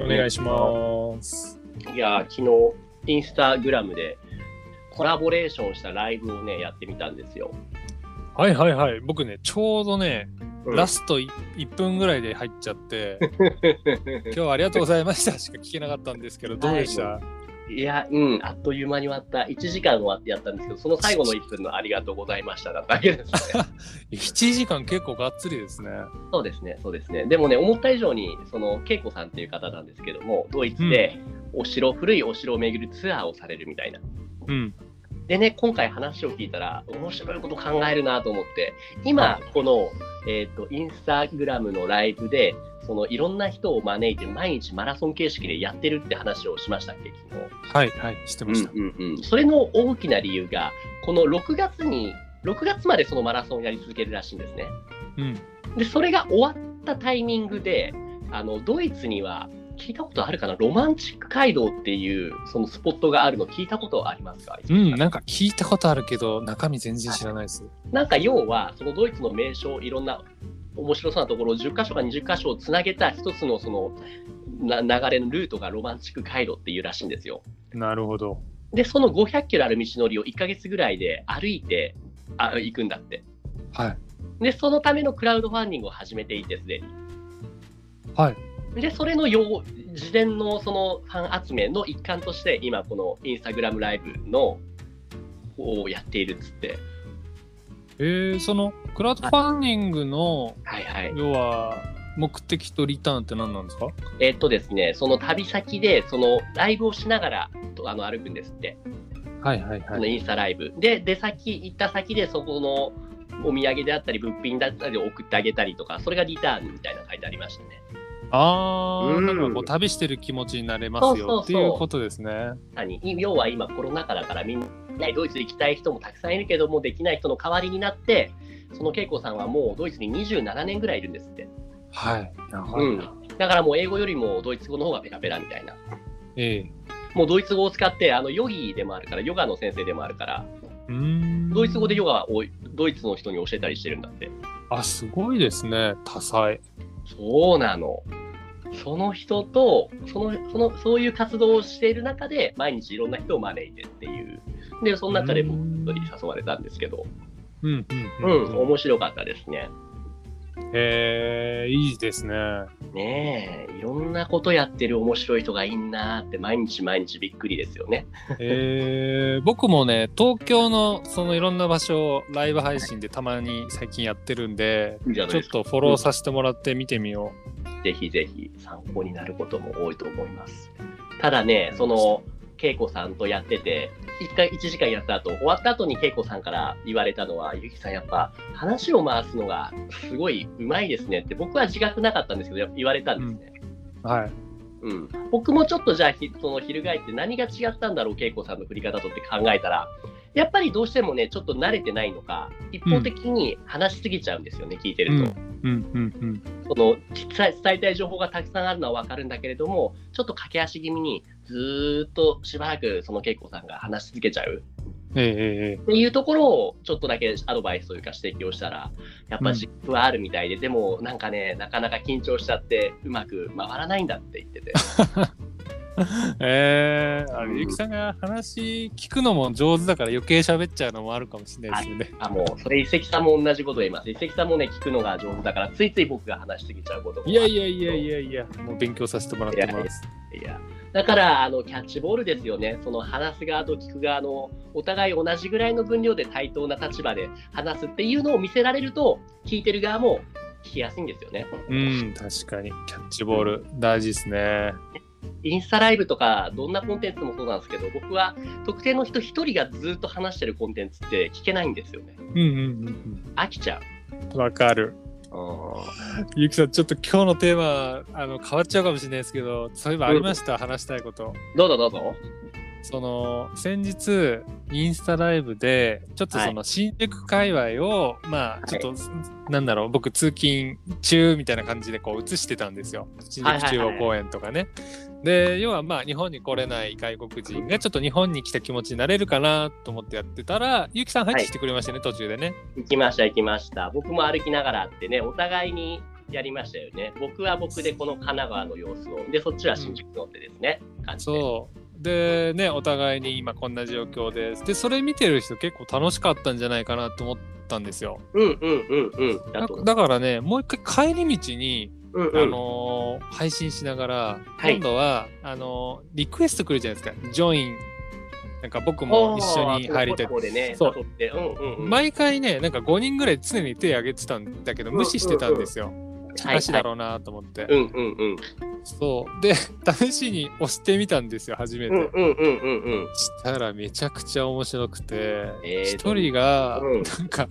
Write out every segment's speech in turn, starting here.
お願いします。いやー、昨日、インスタグラムでコラボレーションしたライブをね、やってみたんですよ。はいはいはい。僕ね、ちょうどね、うんラスト 1, 分ぐらいで入っちゃ って、今日はありがとうございましたしか聞けなかったんですけど、どうでした、 いや、うん、あっという間に終わった。1時間終わってやったんですけど、その最後の1分のありがとうございましただっただけですね。 ?7 時間結構がっつりですね。そうですね、そうですね。でもね、思った以上に、その、恵子さんっていう方なんですけども、ドイツで、お城、古いお城を巡るツアーをされるみたいな。うん。でね、今回話を聞いたら、面白いこと考えるなと思って、今、この、えっ、と、インスタグラムのライブで、その、いろんな人を招いて、毎日マラソン形式でやってるって話をしましたっけ、昨日。はいはい、してました。うんうんうん、それの大きな理由が、この6月に、6月までそのマラソンをやり続けるらしいんですね。うん。で、それが終わったタイミングで、あのドイツには、聞いたことあるかな、ロマンチック街道っていうそのスポットがあるの、聞いたことありますか、うん、なんか聞いたことあるけど、中身全然知らないです。なんか要は、そのドイツの名所、いろんな面白そうなところを10箇所か20箇所をつなげた一つのそのな流れのルートがロマンチック街道っていうらしいんですよ。なるほど。で、その500キロある道のりを1ヶ月ぐらいで歩いてあ行くんだって。はい。で、そのためのクラウドファンディングを始めていて、すでに。はい。で、それのよう事前のそのファン集めの一環として、今、このインスタグラムライブのをやっているっつって。えー、その、クラウドファンディングの、はいはい。要は、目的とリターンって何なんですかえっとですね、その旅先で、そのライブをしながらとあの歩くんですって、はいはいはそのインスタライブ。で、出先、行った先で、そこのお土産であったり、物品だったりを送ってあげたりとか、それがリターンみたいなの書いてありましたね。あー、うんなんかこう旅してる気持ちになれますよっていうことですね。さに要は今、コロナ禍だから、みんな、ね、ドイツ行きたい人もたくさんいるけども、できない人の代わりになって、その恵子さんはもうドイツに27年ぐらいいるんですって。はい。長ういんな。、だからもう英語よりもドイツ語の方がペラペラみたいな。ええもうドイツ語を使って、あのヨギでもあるから、ヨガの先生でもあるから、うーん。ドイツ語でヨガをドイツの人に教えたりしてるんだって。あ、すごいですね。多彩。そうなの。その人と、その、その、そういう活動をしている中で、毎日いろんな人を招いてっていう。で、その中で僕うんに誘われたんですけど、うんううんん、うん。面白かったですね。えー、いいですね。ねえ、いろんなことやってる面白い人がいいなーって、毎日毎日びっくりですよね。えー、僕もね、東京のそのいろんな場所をライブ配信でたまに最近やってるんで、いいじゃないちょでっすか。とフォローさせてもらって見てみよう。ぜひぜひ参考になることも多いと思います。ただね、その、恵子さんとやってて、1, 回1時間やった後、終わった後に恵子さんから言われたのは、ゆきさんやっぱ話を回すのがすごい上手いですねって、僕は自覚なかったんですけど、やっぱ言われたんですね。はい。うん、僕もちょっとじゃあひその翻って何が違ったんだろう恵子さんの振り方とって考えたらやっぱりどうしてもねちょっと慣れてないのか一方的に話しすぎちゃうんですよね、聞いてうん、うると、ん、うん、その伝え伝えたい情報がたくさんあるのは分かるんだけれどもちょっと駆け足気味にずーっとしばらくその恵子さんが話し続けちゃううん。ええええっていうところをちょっとだけアドバイスというか指摘をしたらやっぱ実はあるみたいで、でもなんかねなかなか緊張しちゃってうまく回らないんだって言ってて。えー、あうんれ、ゆきさんが話聞くのも上手だから余計喋っちゃうのもあるかもしれないですよね。あ、もう、それ、一石さんも同じこと言います。一石さんもね、聞くのが上手だから、ついつい僕が話しすぎちゃうこともあるいやいやいやいやいや、もう勉強させてもらってます。いや。だから、あの、キャッチボールですよね。その、話す側と聞く側の、お互い同じぐらいの分量で対等な立場で話すっていうのを見せられると、聞いてる側も聞きやすいんですよね。うん、確かに。キャッチボール、大事ですね。インスタライブとか、どんなコンテンツもそうなんですけど、僕は、特定の人一人がずっと話してるコンテンツって聞けないんですよねう。んうん飽きちゃう。うん。わかる。ゆきさん、ちょっと今日のテーマ、あの、変わっちゃうかもしれないですけど、そういえばありました、話したいこと。どうぞどうぞ。その、先日、インスタライブで、ちょっとその、新宿界隈を、まあ、ちょっと、なんだろう、僕、通勤中みたいな感じで、こう、映してたんですよ。新宿中央公園とかね。で、要は、まあ、日本に来れない外国人が、ちょっと日本に来た気持ちになれるかなと思ってやってたら、ゆきさん入ってきてくれましたね、途中でね。行きました行きました僕も歩きながらってねお互いにやりましたよね。僕は僕でこの神奈川の様子を、で、そっちは新宿乗ってですね、感じでそうでねお互いに今こんな状況ですでそれ見てる人結構楽しかったんじゃないかなと思ったんですようんうんうんうん。だだと思うだからねもう一回帰り道に、うんうんあのー配信しながら、はい今度はあのーリクエスト来るじゃないですかジョインなんか僕も一緒に入りたいあーそうでね、そう誘って、うんうんうん。毎回ねなんか5人ぐらい常に手挙げてたんだけど無視してたんですよ、はいなしだろうなと思って、はいうんうんうん。そうで 試しに押してみたんですよ初めて、うんうんうんうんうん。したらめちゃくちゃ面白くてえー一、人がうんなんか、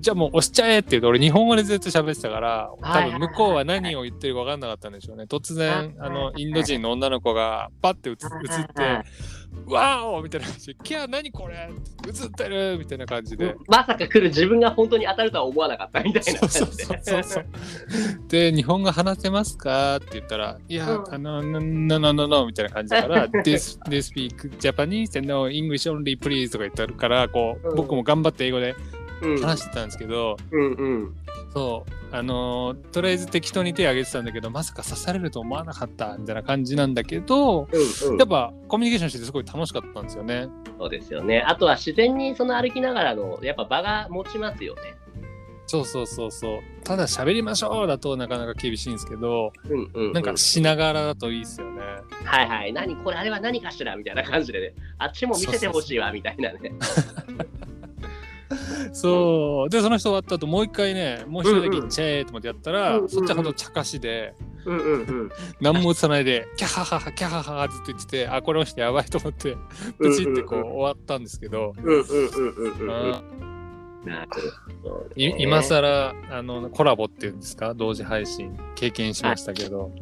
じゃあもう押しちゃえって言うと俺日本語でずっと喋ってたからはい多はいはい分向こうは何を言ってるか分かんなかったんでしょうね突然ああはいはのいインド人の女の子がパッて映映っはいはいて「わーお!」みたいな感じで「キャー何これ!」映ってるみたいな感じでまさか来る自分が本当に当たるとは思わなかったみたいなそう感じそで。うそうそう。で、日本語話せますかって言ったら、いや、うんあの、な、な、な、な、な、みたいな感じだから、this, they speak Japanese and no English only please とか言ってあるから、こうんう、僕も頑張って英語でうん話してたんですけど、うんうん。そう、あの、とりあえず適当に手挙げてたんだけど、まさか刺されると思わなかった、みたいな感じなんだけど、うんうんやっぱコミュニケーションしてすごい楽しかったんですよね。そうですよね。あとは自然にその歩きながらの、やっぱ場が持ちますよね。そうそうそうそう。ただ喋りましょうだとなかなか厳しいんですけど、うんうん、うん。なんかしながらだといいですよね。はいはい、何これあれは何かしらみたいな感じでね、あっちも見せてほしいわみたいなね。そう、でその人終わった後もう一回ねもう一人だけうんうん行っちゃえと思ってやったら、うんうんうんそっちはほんと茶化しでうんうんうん。何も映さないでキャハハハキャハハハずっと言っててあこれ押してやばいと思ってプチってこううんうんうん終わったんですけど、うんうんうんうんうんうん。うんなるほどねい今更あのコラボっていうんですか同時配信経験しましたけど、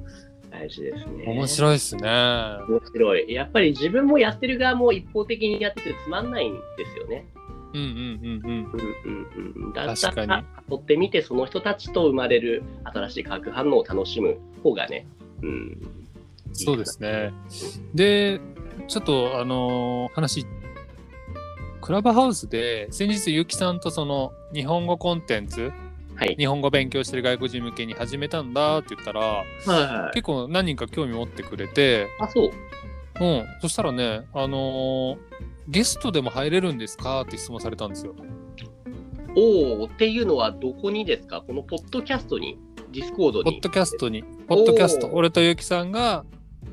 大事ですね。面い。白いっすね。面白い。やっぱり自分もやってる側も一方的にやっててつまんないんですよね。うんうんうんうんうんうんうん。だった確からに、追ってみて、その人たちと生まれる新しい化学反応を楽しむ方がね。うん。そうですね。でちょっとあのー話クラブハウスで先日結城さんとその日本語コンテンツはい。日本語勉強してる外国人向けに始めたんだって言ったらはい。結構何人か興味持ってくれて、あ、そう。うん、そしたらね、あのーゲストでも入れるんですかって質問されたんですよ。おおっていうのはどこにですかこのポッドキャストにディスコードにポッドキャストに、ポッドキャスト、おー俺と結城さんが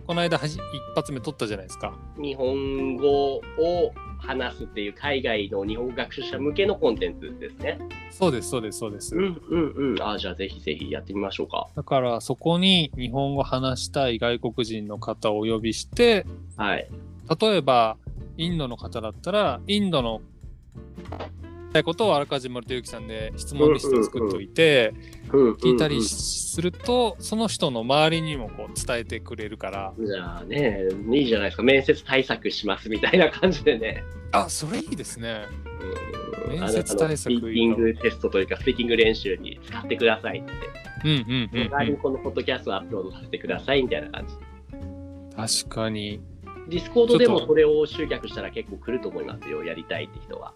この間はじ一発目撮ったじゃないですか。日本語を話すっていう海外の日本語学習者向けのコンテンツですね。そうです、そうです、そうです。んうんうん。あじゃあぜひぜひやってみましょうか。だからそこに日本語話したい外国人の方をお呼びして、はい。例えばインドの方だったらインドのしたいことをあらかじめ森田ゆきさんで質問リストを作っておいて聞いたりするとその人の周りにもこう伝えてくれるからじゃあね、いいじゃないですか。面接対策しますみたいな感じでね。あそれいいですねうん面接対策あなたのスピーキングテストというか、スピーキング練習に使ってくださいって。うんうんうん、代わりうにん、このポッドキャストをアップロードさせてくださいみたいな感じ。確かにディスコードでもちょっそれを集客したら結構来ると思いますよ、やりたいって人は。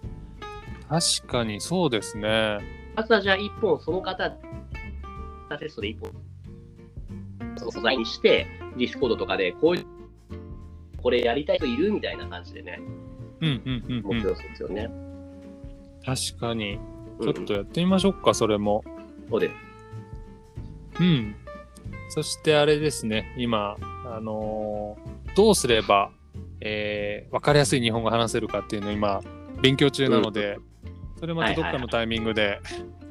確かにそうですねまずはじゃあ1本、その方、テストで1本、その素材にして、ディスコードとかで、こういう、これやりたい人いるみたいな感じでね、うんうんうん、面うん、白そうですよね。確かにうちんょっとやってみましょうかそれもそうです。うんそしてあれですね今あのーどうすれば、えー、分かりやすい日本語話せるかっていうのを今勉強中なので、それまたどっかのタイミングで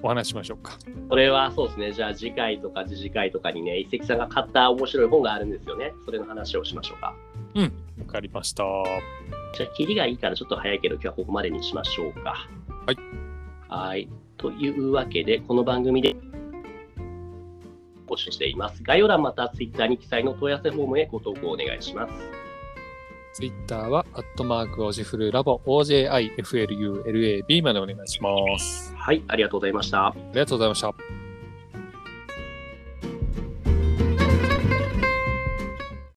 お話ししましょうか。それはそうですね、じゃあ次回とか次々回とかにね、一石さんが買った面白い本があるんですよね。それの話をしましょうか。わかりました。じゃあ、切りがいいからちょっと早いけど、今日はここまでにしましょうか。はい。はい。というわけで、この番組で募集しています。概要欄また Twitter に記載の問い合わせフォームへご投稿お願いします。 Twitter は、アットマーク、オジフルラボ、OJIFLULAB までお願いします。はい、ありがとうございました。ありがとうございました。